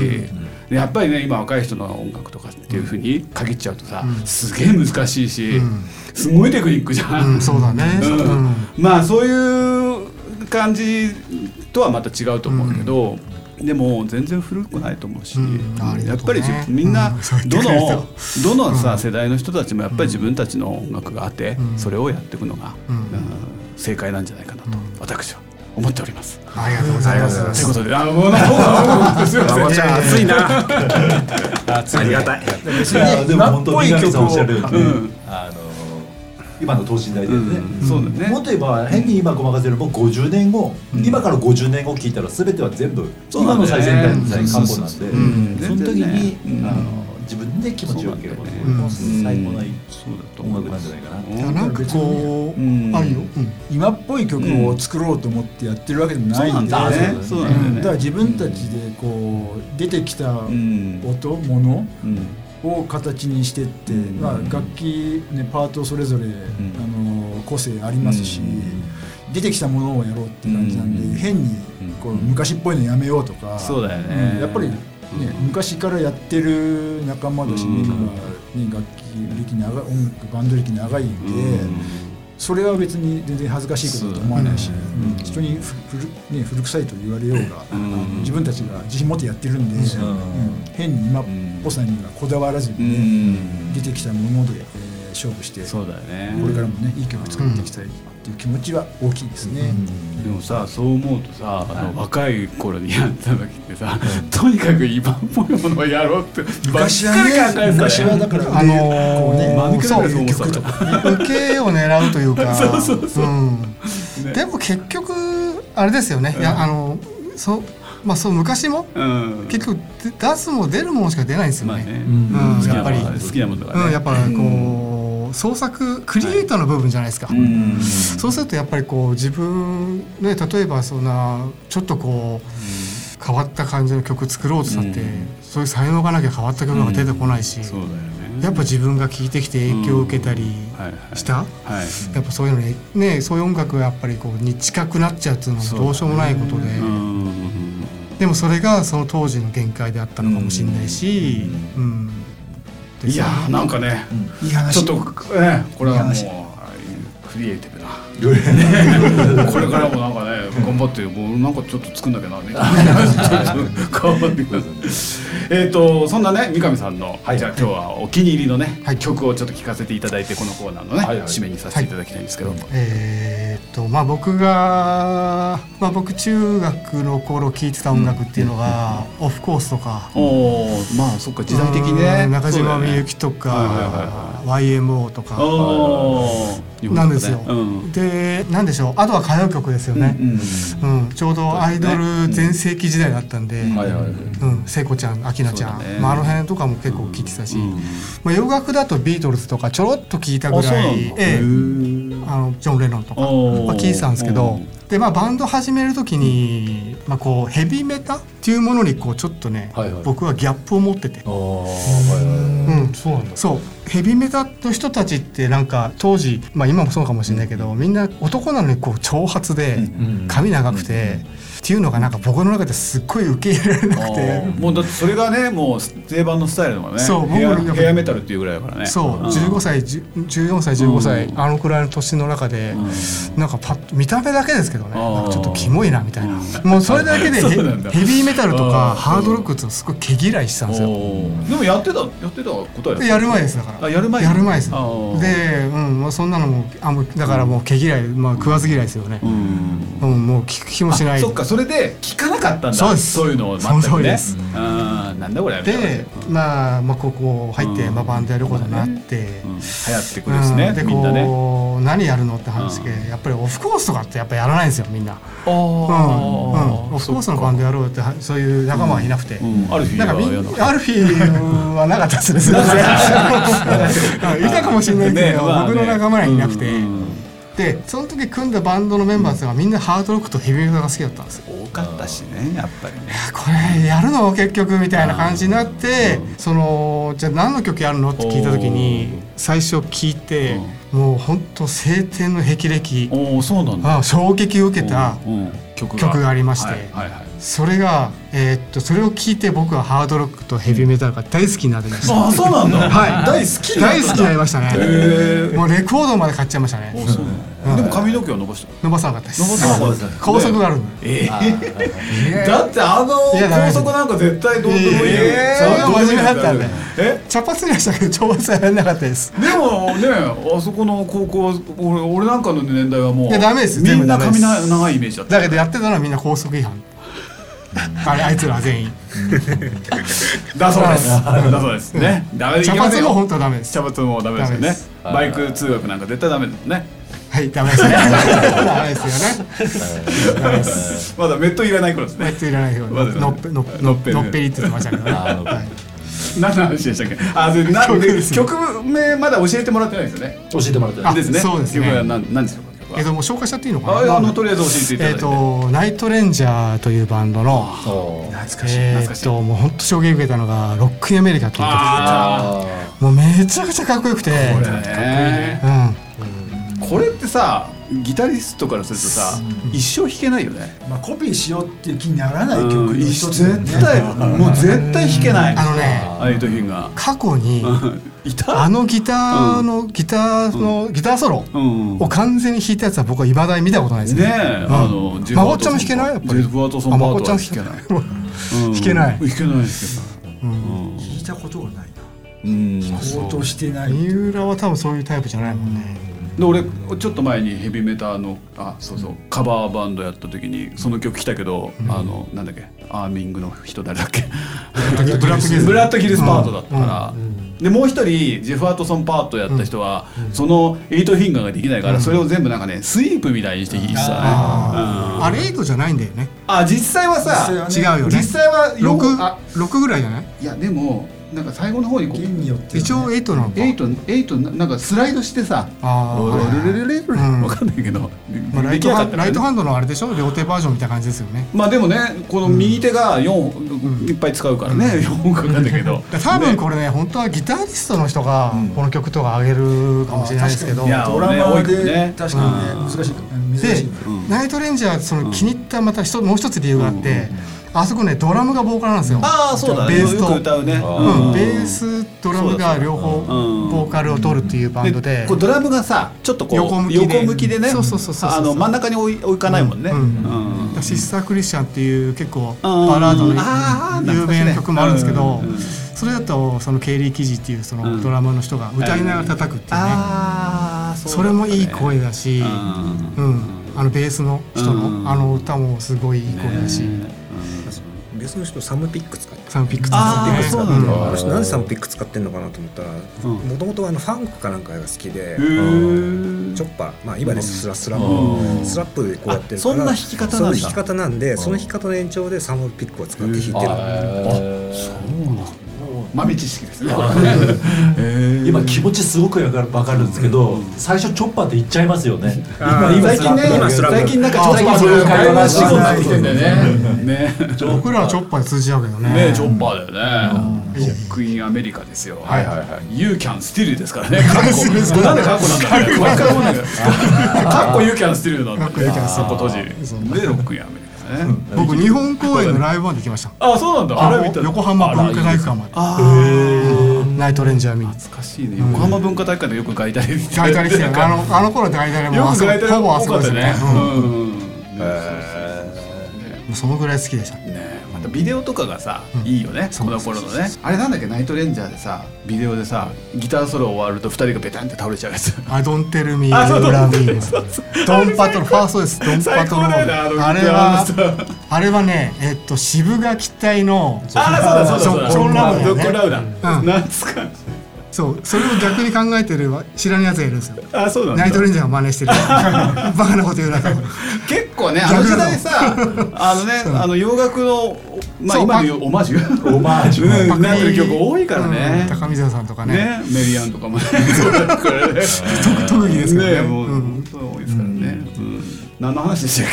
でやっぱりね今若い人の音楽とかっていうふうに限っちゃうとさ、すげえ難しいし、
うん
すごいテクニックじゃん
うん、そうだね。
う
うんん、
まあそういう感じとはまた違うと思うけど、でも全然古くないと思うし、
うんあり
や
が
っ
と
ぱ
うね
りじみんな
うんそう言
ど
ってくれる
の、どのさ、
うん
世代の人たちもやっぱり自分たちの音楽があって、
うん
それをやっていくのが、
うん
うん正解なんじゃないかなと、
うん
私は思っております。
ありがとうございます。
ということであもうなんかすいません
なちゃん熱 いなありがたい
いやでも本当に南さんおっしゃるように、
うん
あの
今の等身大でね、
そうだね
もっと言えば変に今ごまかせる僕50年後、今から50年後聞いたら全ては全部、
そうな
今
んだ
の
よ
最
ね
先端最過去なんで、
うん
その時
全
に、あの自分で気持ちよければ、こ
そうなんだよ
れも最
ね
高な
そうだと
音
思う
楽なんじゃないかな、
いやなんかこう、
うん
あるよ、うん
今っぽい曲を作ろうと思ってやってるわけでもないんで
そうなんだよねそうなんだよね
だから自分たちでこう出てきた音
ん
もの
うん
を形にしてって、
うん
まあ、楽器、ね、パートそれぞれ、あの個性ありますし、出てきたものをやろうって感じなんで、
うん
変にこう昔っぽいのやめようとか、
そうだよ
う
ね
んやっぱり、ね昔からやってる仲間だし、
うん
メンバーね、楽器歴長い音楽バンド歴長いんで、それは別に全然恥ずかしいことだと思わないし、うん人にふ古,、ね、古臭いと言われようが、自分たちが自信持ってやってるんで、うん変に今っぽさにはこだわらず
う
にね、
ん
出てきたもので、えー勝負して、
そうだよね
これからもねいい曲作っていきたいっていう気持ちは大きいですね。
でもさそう思うとさあの若い頃にやった時ってさとにかく今っぽいものをやろうって
昔はね
ばっかり考えてたよ
昔はだから
あのー
こうね
真似か
そう
らそう思ってた
受けを狙うという か
そうそうそう
うん
ね
でも結局あれですよね、いやあのそうまあそう昔も
うん
結局出すも出るもんしか出ないんですよ
まあ
ね,、
ね
うん
好きな
やっぱり
もの好きなものだから
う
ね
ん、やっぱこう創作クリエイターの部分じゃないですか、
うん
そうするとやっぱりこう自分ね例えばそんなちょっとこう、変わった感じの曲作ろうとしたって、
うん
そういう才能がなきゃ変わった曲が出てこないし、
そうだよね
やっぱ自分が聴いてきて影響を受けたり
はいはい
した、
はい
やっぱそういうのにねそういう音楽がやっぱりこうに近くなっちゃうっていうのはどうしようもないことで、
うん
でもそれがその当時の限界であったのかもしれないし、うん
いやーなんかね
いい話
ちょっとねこれはもうクリエイティブな これからもなんかね頑張ってもうなんかちょっと作んなきゃなみたいなちょっと頑張ってくださいえっとそんなね三上さんの、じゃあ今日はお気に入りのね、曲をちょっと聴かせていただいてこのコーナーのね、
はいはい
締めにさせていただきたいんですけど、
えーっとまあ僕が、まあ、僕中学の頃聴いてた音楽っていうのが、オフコースとか。
おおまあそっか時代的にね
うん中島みゆ
き
きと
は
か、YMO と
お
か
お
なんですよ。
うん
でなんでしょうあとは歌謡曲ですよね、うんちょうどアイドル全盛期時代だったん
は
で、
いはいはい
うん、聖子ちゃん明菜ちゃん、
そうだね
まあ、あの辺とかも結構聞いてたし、
うん
まあ、洋楽だとビートルズとかちょろっと聞いたぐ
あそう
ら
なん
い
だ
ええあのジョン・レノンとか、まあ
おー、
聞いてたんですけ
う
ど
ん
で、まあ、バンド始める時に、まあ、こうヘビメタっていうものにこうちょっとね、
はいはい
僕はギャップを持ってて。うん
そうなんだ
そうヘビメタの人たちってなんか当時、まあ、今もそうかもしれないけど、みんな男なのにこう長髪で髪長くて、っていうのがなんか僕の中ですっごい受け入れられなくて
あーもうだってそれがねもう定番のスタイルだもんね
そう
ヘア
僕も
ヘアメタルっていうぐらいだからね
そう、
ん
15歳じゅ14歳15歳、あのくらいの年の中で、なんかパッと見た目だけですけどね
あー
なんかちょっとキモいなみたいな、もうそれだけでヘ
そうなんだ
ヘビーメタルと
あー
かハードロックっていうのすごい毛嫌いしてたんですよ。
おーでもやってたやってたことは
でやる前ですすだから
あやる前
やる前です
あー
で、うんまあ、そんなのもあもうだからもう毛嫌い、まあ、食わず嫌いですよね、
うん
うんもう聞く気もしな
あ
い
そっかそれで聞かなかったんだ
そうです
そういうのを
その通りです
あなんだこれみたいな
で、まあ、まあ高校入って、
うん
まあ、バンドやることになって、
うん流行ってくるしね
うんで
みんなね
こう何やるのって話で、やっぱりオフコースとかってやっぱやらないんですよみんな、
あ
うんうん、オフコースのバンドやろうってはそういう仲間はいなくて、
うんある日
なんかみ
やだ
んアルフィーはなかったですね。すいま せんうんいたかもしれないけ
ね
ど、
まあね
僕の仲間はいなくて、
うんうん
でその時組んだバンドのメンバーっていうのはみんなハードロックとヘビメタが好きだったんですよ。
多かったしねやっぱりね
これやるの結局みたいな感じになって、そのじゃあ何の曲やるのって聞いた時に最初聞いて、もう本当晴天の霹靂
おおそうなんだ
あ衝撃を受けた
うんうん曲
曲がありまして
はいはいはい
それが、えーっとそれを聞いて僕はハードロックとヘビーメタルが大好きになりました、
あそうなんだ
はい
大好き
大好きになりました
へ
ねもうレコードまで買っちゃいましたね
そうなんだでも髪の毛は伸ばした
伸ばさなかったです
伸ばさなかったです
高速があるんで
ええだってあの
いや
高速なんか絶対どうでもいいよ
いやいや
さあ
いや
どうでもいいよ
真面目だったんだよ
え
茶髪にはしたけど調査やらなかったです
でもねあそこの高校は俺俺なんかの年代はもう
いやダメです
み
全
ん
部
な
ダメで
髪
す
な長いイメージだった
だけどやってたのはみんな高速違反あれあいつら全員
だそうです。だそうです。ね。ダメでい
茶
けませ
髪
ん
も本
よ。
当はダメです
茶髪もダメですよ
ダメ
ね
です。
バイク通学なんか絶対ダメですね。
はいダメですねダメですよね
まだメットいらない頃です
あ
ね
い。ついらないよ
まだ
のっぺのっ
のっぺり
のっぺりって言ってましたけどねはい
何の話でしたっけ？あ、でな
曲
ん
で
です
ね
曲名まだ教えてもらってないですよね。
教えてもらって
あ
ですね。
そうですね
曲は何何ですか？曲
えっ
は
ともう紹介しちゃっていいのかな
あいやあのと
ま
りあえず教えていただ
え
い。
ってとナイトレンジャーというバンドの
懐懐
え
か
っ
しい。
ともう本当衝撃受けたのがロックインアメリカという曲
あ
もうめちゃくちゃかっこよくて
あ、これね。
うん
これってさ、ギタリストからするとさ、一生弾けないよね。
まあ、コピーしようっていう気にならない曲の
うん
一つ
絶対もう絶対弾けない。
あのね
ああいう時が。
過去に
いた。
あのギターのギターのギターソロ
うん
を完全に弾いたやつは僕はいまだに見たことないです
ねえ、
ね
あの、ジェフ
まこっちゃんも弾けないやっぱり
ジェフ・ワトソン
あ
パ
ま
ー
こっ
ト
ちゃ
は
ん
弾けない。
もう
うん
弾けない
弾けないです
聞いたことがないな
うん。で
応答してない
三浦は多分そういうタイプじゃないもんね
俺ちょっと前にヘビメタのあそうそうカバーバンドやった時にその曲来たけど、あのなんだっけアーミングの人誰だっけ
ブラック
ブラッド・ヒルスパートだったから、でもう一人ジェフ・アートソンパートやった人は、そのエイトフィンガーができないから、それを全部なんかねスイープみたいにして弾いてたね
あーあれ8じゃないんだよね
あ実際はさ
違うよね
実際はよくあ
6六ぐらいじゃない
いやでもなんか最後の方にこう
弦によって、ね、
一応8なのか
エイトエイトななんかスライドしてさ
あーはいはい
ルルルルルル
うん
わかんないけど、
まあラ
出
イ
来
ト
上が
ハ
っ
ン
た
ライト
ン
ハンドのあれでしょ両手バージョンみたいな感じですよね
まあでもねこの右手が四、いっぱい使うからね四本かかんないけ ど
だから多分これね本当はギタリストの人がこの曲とか上げるかもしれないですけど、
いや
ドラマで、
ね
確かにね難しい難し
で
いな、
ナイトレンジャーその気に入ったまた一つもう一つ理由があって、あそこねドラムがボーカルなんですよ。
ああそうだね
ベ
よ
ースと
く歌うね、
うん、
うん
ベースドラムが両方
うん
ボーカルを取るっていうバンドで
こうドラムがさちょっとこう
横向きで
でね
そうそうそうそうそう
あの真ん中に置い置かないもんね、
うん
うん
シスター・クリスチャンっていう結構バラード
あー
の有名な曲もあるんですけ
懐かしい
ど、
ねうんうん
それだとそのケイリー・キジっていうそのドラムの人が歌いながら叩くっていうね、
ああ
それもいい声だし、
うん
うん、あのベースの人の、
うん
あの歌もすごいいい声だし、
別の人サムピック使って
サムピックス
あー
です
そう
ね
なんだ
あの人なんでサムピック使ってんのかなと思ったら
ん
もともとファンクかなんかが好きで
へー
チョッパーまあ今ですスラスラ
うん
スラップでこうやってるか
あそん
ら
な弾き方なんだ
その弾き方なんでその弾き方の延長でサムピックを使って弾いてる
豆知識ですね
今気持ちすごくわかるわかるんですけど、最初チョッパーって言っちゃいますよね。今今
最近ね
今スラップ
最近なんかちょっと
あ
今
ー
そういう
そう
会
いう
話仕
そういう
事してきてんだよねね
僕らはチョッパーで通じ合うけどね
ねチョッパーだよねロックインアメリカですよはいはいはい You can still ですからねカッコなんでカッコなんだろうね毎回思うんだけどカッコ You can still なんだ
カッコ You can still
カッコ閉じでロックインアメリカね
僕日本公演のライブまで来ました
あそうなんだあれ見た
横浜文化体育館までうんナイトレンジャー見に
懐かしいね横浜文化体育館でよく外体見て
ガイタレ来てるあのあの頃ってガイタレ
よ
もあ
く
そこ
外体
ほぼあ
多
そ
か
こ
っ
で
た
すよ
ね
ね
うん
うんそのぐらい好きでした
ねまたビデオとかがさ、いいよねこの頃のねあれなんだっけナイトレンジャーでさビデオでさギターソロ終わると2人がベタンって倒れちゃうやつ
アドンテルミー
あそう
ラミー
そうそう
ドンパトロファーストですドンパ
最
ト
高
ロ
だよねあの
あれ
あの
は
さ
あれはねえっと渋垣隊の
ああそうだ
ジョ
そう
ン
だ
ジョ
そう
ン
だジョンラ
ラ
ウダ
うん
懐かしい
そうそれを逆に考えてるわ知らないやつがいるんですよ
あそうな
ナ
ん
イト
だ
レンジャーを真 似してるバカなこと言うなと
結構ねあの時代 さあのねあの洋楽のまあ
そう
今でいうオマージュオマージ
パ
ュ
クリ
なってる曲多いから
う
ね
ん高見沢さんとかね
ねメリアンとか もねそうだからね
特技ですからね
ねもう
うん
本当多いですからね。うん何の話でしたっ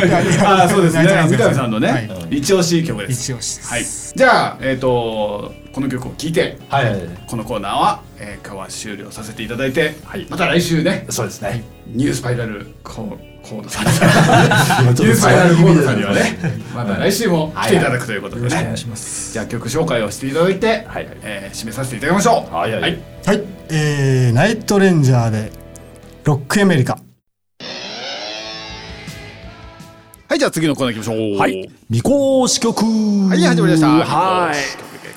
け
やいや
ああそうですね。
いやいや
三上さんの
は
ね
い
一押し曲です。
一押しです
はい。じゃあえっとこの曲を聴いて
はいはいはい、
このコーナーはえー今日は終了させていただいてまた来週ね
そうですね。
ニュースパイラルコーコードさんニュースパイラルコードさんにはねまた来週も来ていただくということでね。お願いします。じゃあ曲紹介をしていただいて
はいはい
えー締めさせていただきましょう。
はいはいはい
はいえーナイトレンジャーでロックアメリカ
はいじゃあ次のコーナー行きましょう。
はい。未公式曲
はい、始まりました。
はい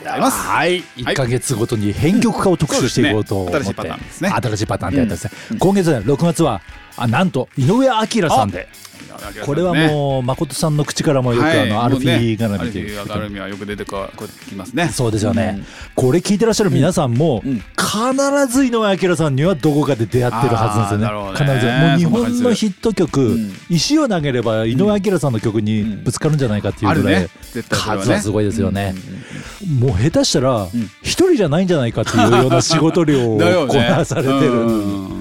あります。
はい、1か月ごとに編曲化を特集していこうと思って、
そうですね新しいパターンですね
新しいパターンでやったんですね、今月6月はあなんと井上彰さんで
わけですね
これはもう誠さんの口からもよくあのアルフィー絡みという
アルフィー絡みはよく出てこきますね
そうですよね、これ聞いてらっしゃる皆さんも、
うんうん
必ず井上彰さんにはどこかで出会ってるはずなんです
あーなるほ
よ
ど
ね
ね
必ずもう日本のヒット曲、
ん
石を投げれば井上彰さんの曲にぶつかるんじゃないかってい
あ
う
る
ぐらい、
ね絶対それはね
数はすごいですよね、
うんうん
もう下手したら一人じゃないんじゃないかっていうような仕事量を
だよね
こなされてる、
うんうんうん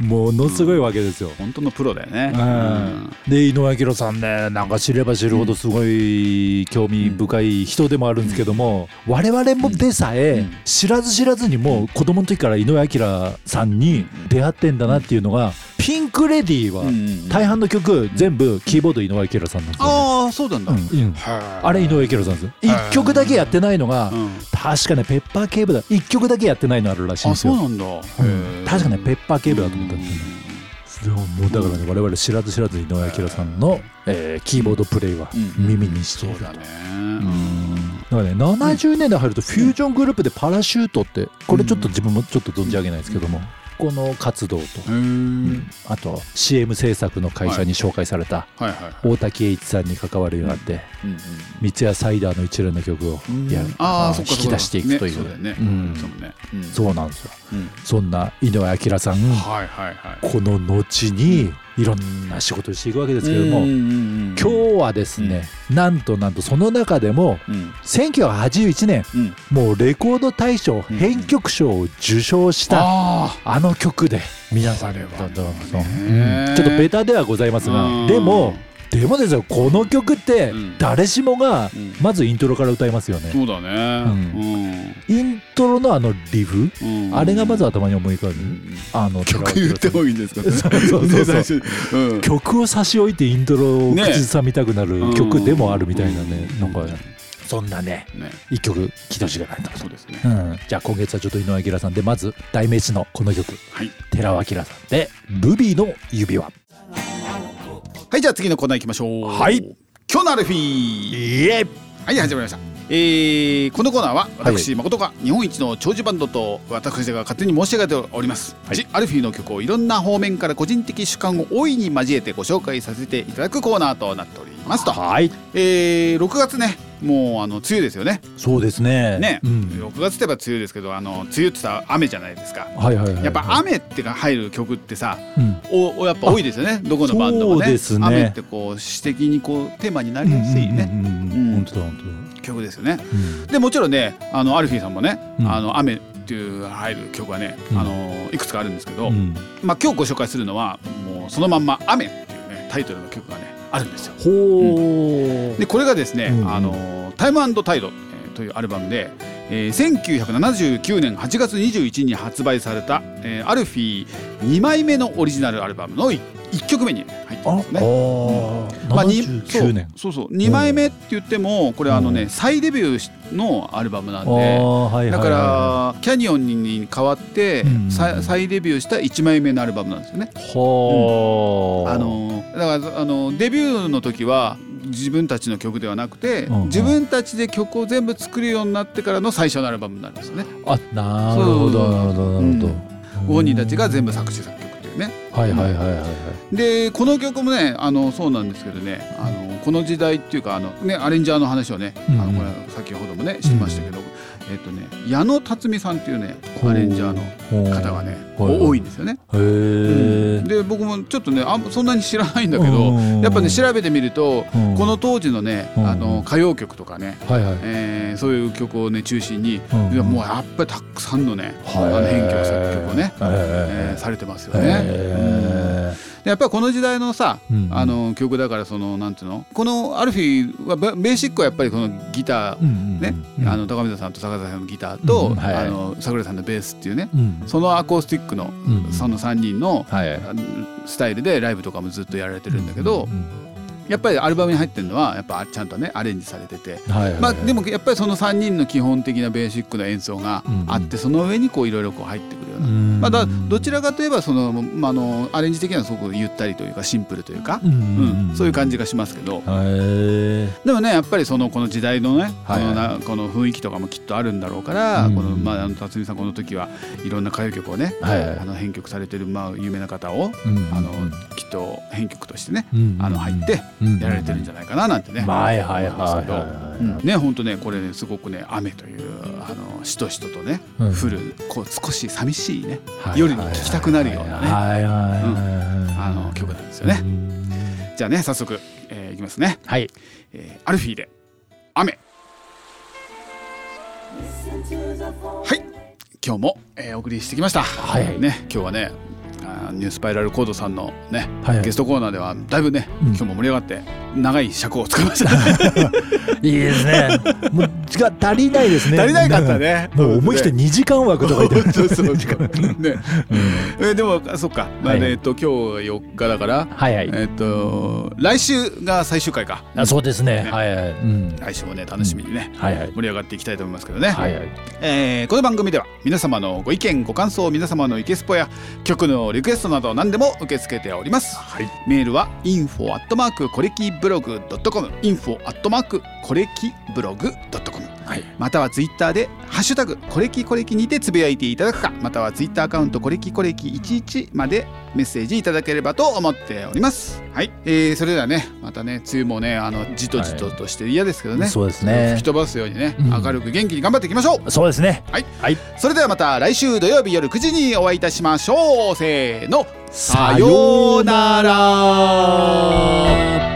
ものすごいわけですよ、
本当のプロだよね
う
うん
んで井上明さんねなんか知れば知るほどすごい興味深い人でもあるんですけども、我々もでさえ知らず知らずにもう子供の時から井上明さんに出会ってんだなっていうのがピンク・レディーは
うん
大半の曲全部キーボード井上明さんなんですよ、ね
ああそうなんだ
うんうんあれ井上明さんですよ1曲だけやってないのが
うん
確かねペッパー警部だ1曲だけやってないのあるらしいん
あ
です
そ
よ
うなんだへー
確かねペッパー警部だと思ったんですよねでももうだからね我々知らず知らずに井上彰さんの、えーキーボードプレイは
うん
耳にしている
そう
と、
だね
だからね70年代入るとフュージョングループで「パラシュート」ってこれちょっと自分もちょっと存じ上げないですけども、この活動と
うん
あと CM 制作の会社に紹介された
はいはいはい
大滝栄一さんに関わるようになって
うんうん
三ツ矢サイダーの一連の曲をやる
ああそ
引
っか
き出していくという
そうだよね
うん
そうだよねうん
そうなんですよ
うん
そんな井上彰さん
はいはいはい
この後にいろんな仕事をしていくわけですけれども、
うんうんうんうん
今日はですね、なんとなんとその中でも
うん
1981年
うん
もうレコード大賞編曲賞を受賞した
あ
あの曲で皆さん
それはね
どうぞどうぞうんちょっとベタではございます
うん
がでもでもですよこの曲って
うん
誰しもが
うん
まずイントロから歌いますよ
あ
ね
そうだね
イントロのあのリフ
うんうん
あれがまず頭に思い浮かぶ
ん
あの
曲言ってもいいんですか
そうそうそうそう
そううん
曲を差し置いてイントロを口ずさみたくなる曲でもあるみたいなね
う
なんんかそんなね
ね
一曲聴いてほしいかなと
そうですね
うん、じゃあ今月はちょっと井上彰さんでまず代名詞のこの曲
はい
寺尾明さんで「ルビーの指輪
はいじゃあ次のコーナー行きましょう
はい
今日のアルフィ」ー
イエ
はい始まりましたえー、このコーナーは私、誠が日本一の長寿バンドと私が勝手に申し上げております、
はい
ジ・アルフィーの曲をいろんな方面から個人的主観を大いに交えてご紹介させていただくコーナーとなっておりますと、
はい
えー、6月ねもうあの梅雨ですよね
そうですね
ね、
うん、
6月といえば梅雨ですけどあの梅雨ってさ雨じゃないですか
はいはいはいはい
やっぱ、雨ってが入る曲ってさ
うん
おおやっぱ多いですよねどこのバンドもね
そうですね
雨ってこう詩的にこうテーマになりやすいね、
うんうんうんうん
うん
本当だ本当だ、
曲ですよね
うん
でもちろんねあのアルフィーさんもね「
うん
あの雨」っていう入る曲はね、
うん
あのいくつかあるんですけど、
うん
まあ、今日ご紹介するのはもうそのまんま「雨」っていうねタイトルの曲がねあるんですよ。
ほう
でこれがですね「
うんうん
あのタイムタイド」えーというアルバムで、えー1979年8月21日に発売された、えーアルフィー2枚目のオリジナルアルバムの1曲目に入って
あ、
ますね。
あ、
まあ、に
79年
そうそうそう2枚目って言ってもこれあのね、
うん
再デビューのアルバムなん
あ
で、
ーはいはい
だか
はいは
らキャニオンに代わって
うん
再再デビューした1枚目のアルバムなんですよね。
いほう
あのだからあのデビューの時は自分たちの曲ではなくて
うんうん
自分たちで曲を全部作るようになってからの最初のアルバムになるんですよね。
あなるほどなるほどなるほど、
ご本人たちが全部作詞作曲っていうね。
はいはいはいはいはい
でこの曲もねあのそうなんですけどねあのこの時代っていうかあの、ね、アレンジャーの話をね、あ
う
の
ん
これ先ほどもね知りましたけど、えっとね矢野辰巳さんっていうねアレンジャーの
の
方がね
ほうほう
多いんですよね。
へえ、
で僕もちょっとねあんそんなに知らないんだけ
う
ど
ん
やっぱね調べてみると
うん
この当時のね
うん
あの歌謡曲とかね
はいはい
えーそういう曲をね中心に
うん
いやもうやっぱりたくさんのねあ
はい
の編曲作曲をね
へー
えーされてますよね。うん
へ
でやっぱりこの時代のさ
うん
あの曲だからそのなんていうのこのアルフィーはベベーシックはやっぱりこのギター
ーうん
ね
うん
あの高見沢さんと坂田さんのギターと
うんはい
あの桜井さんのベースっていうね
うん
そのアコースティックの
うん
その3人の
はいやっ
スタイルでライブとかもずっとやられてるんだけど、やっぱりアルバムに入ってるのはやっぱちゃんとねアレンジされてて、
はいはい
まあ、でもやっぱりその3人の基本的なベーシックな演奏があって、その上にこういろいろこう入ってくるような、まあ、だどちらかといえばその、まあ、あのアレンジ的にはすごくゆったりというかシンプルというか、うんそういう感じがしますけど、
へえ
でもねやっぱりそのこの時代のね、
はいはい
このなこの雰囲気とかもきっとあるんだろうから、
うん
このまああの辰巳さんこの時はいろんな歌謡曲をね、
はいはい
あの編曲されてるまあ有名な方を、
うん
あのきっと編曲としてね、
うん
あの入って
うん
やられてるんじゃないかななんてね、
はいはいはい
思うんですけど
はい
うんね本当ねこれねすごくね雨というあのしとしととね、
うん
降るこう少し寂しいね、
はい
夜に聴きたくなるようなね、
はいはいはい
あ
はい
の曲なんですよね。じゃあね早速、えーいきますね。
はい
えーアルフィーで雨はい今日も、えーお送りしてきました、
はいはい
ね、今日はねあーニュースパイラルコードさんのね、
はいはい
ゲストコーナーではだいぶね、
ん
今日も盛り上がって長い尺を使いま した、ね、
いいですね。もう時間足りないですね。
足りなかったね
もう思い切って2時間枠とか言ってる。
そうそうそうね、えーでもあそっか、まあ
はい
えっと今日4日だから、
はいはい。
えっ、と来週が最終回か
あそうですね。
ね
はいはい。うん。
来週もね楽しみにね、
はいはい。
盛り上がっていきたいと思いますけどね、
はいはい。
えーこの番組では皆様のご意見ご感想皆様のイケスポや曲のリクエストなど何でも受け付けております、メールは info アットマークコレキブログドットコム info アットマークコレキブログドットコムまたはツイッターで「ハッシュタグコレキコレキ」にてつぶやいていただくかまたはツイッターアカウント「コレキコレキ11」までメッセージいただければと思っておりますはい、えーそれではねまたね梅雨もねあのじとじととして嫌ですけどね、
そうですね
吹き飛ばすようにね
うん
明るく元気に頑張っていきましょう、
そうですね。
はい、
はい
それではまた来週土曜日夜9時にお会いいたしましょうせーの
さようなら。